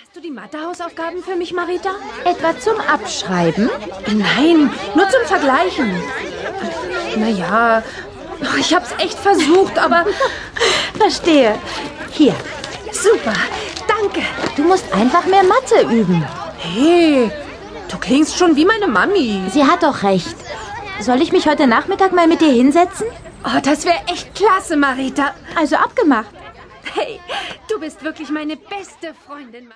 Hast du die Mathehausaufgaben für mich, Marita? Etwa zum Abschreiben? Nein, nur zum Vergleichen. Naja, ich hab's echt versucht, aber Verstehe. Hier, super. Danke. du musst einfach mehr Mathe üben. Hey, du klingst schon wie meine Mami. Sie hat doch recht. Soll ich mich heute Nachmittag mal mit dir hinsetzen? Oh, das wäre echt klasse, Marita. Also abgemacht. Hey, du bist wirklich meine beste Freundin, Marita.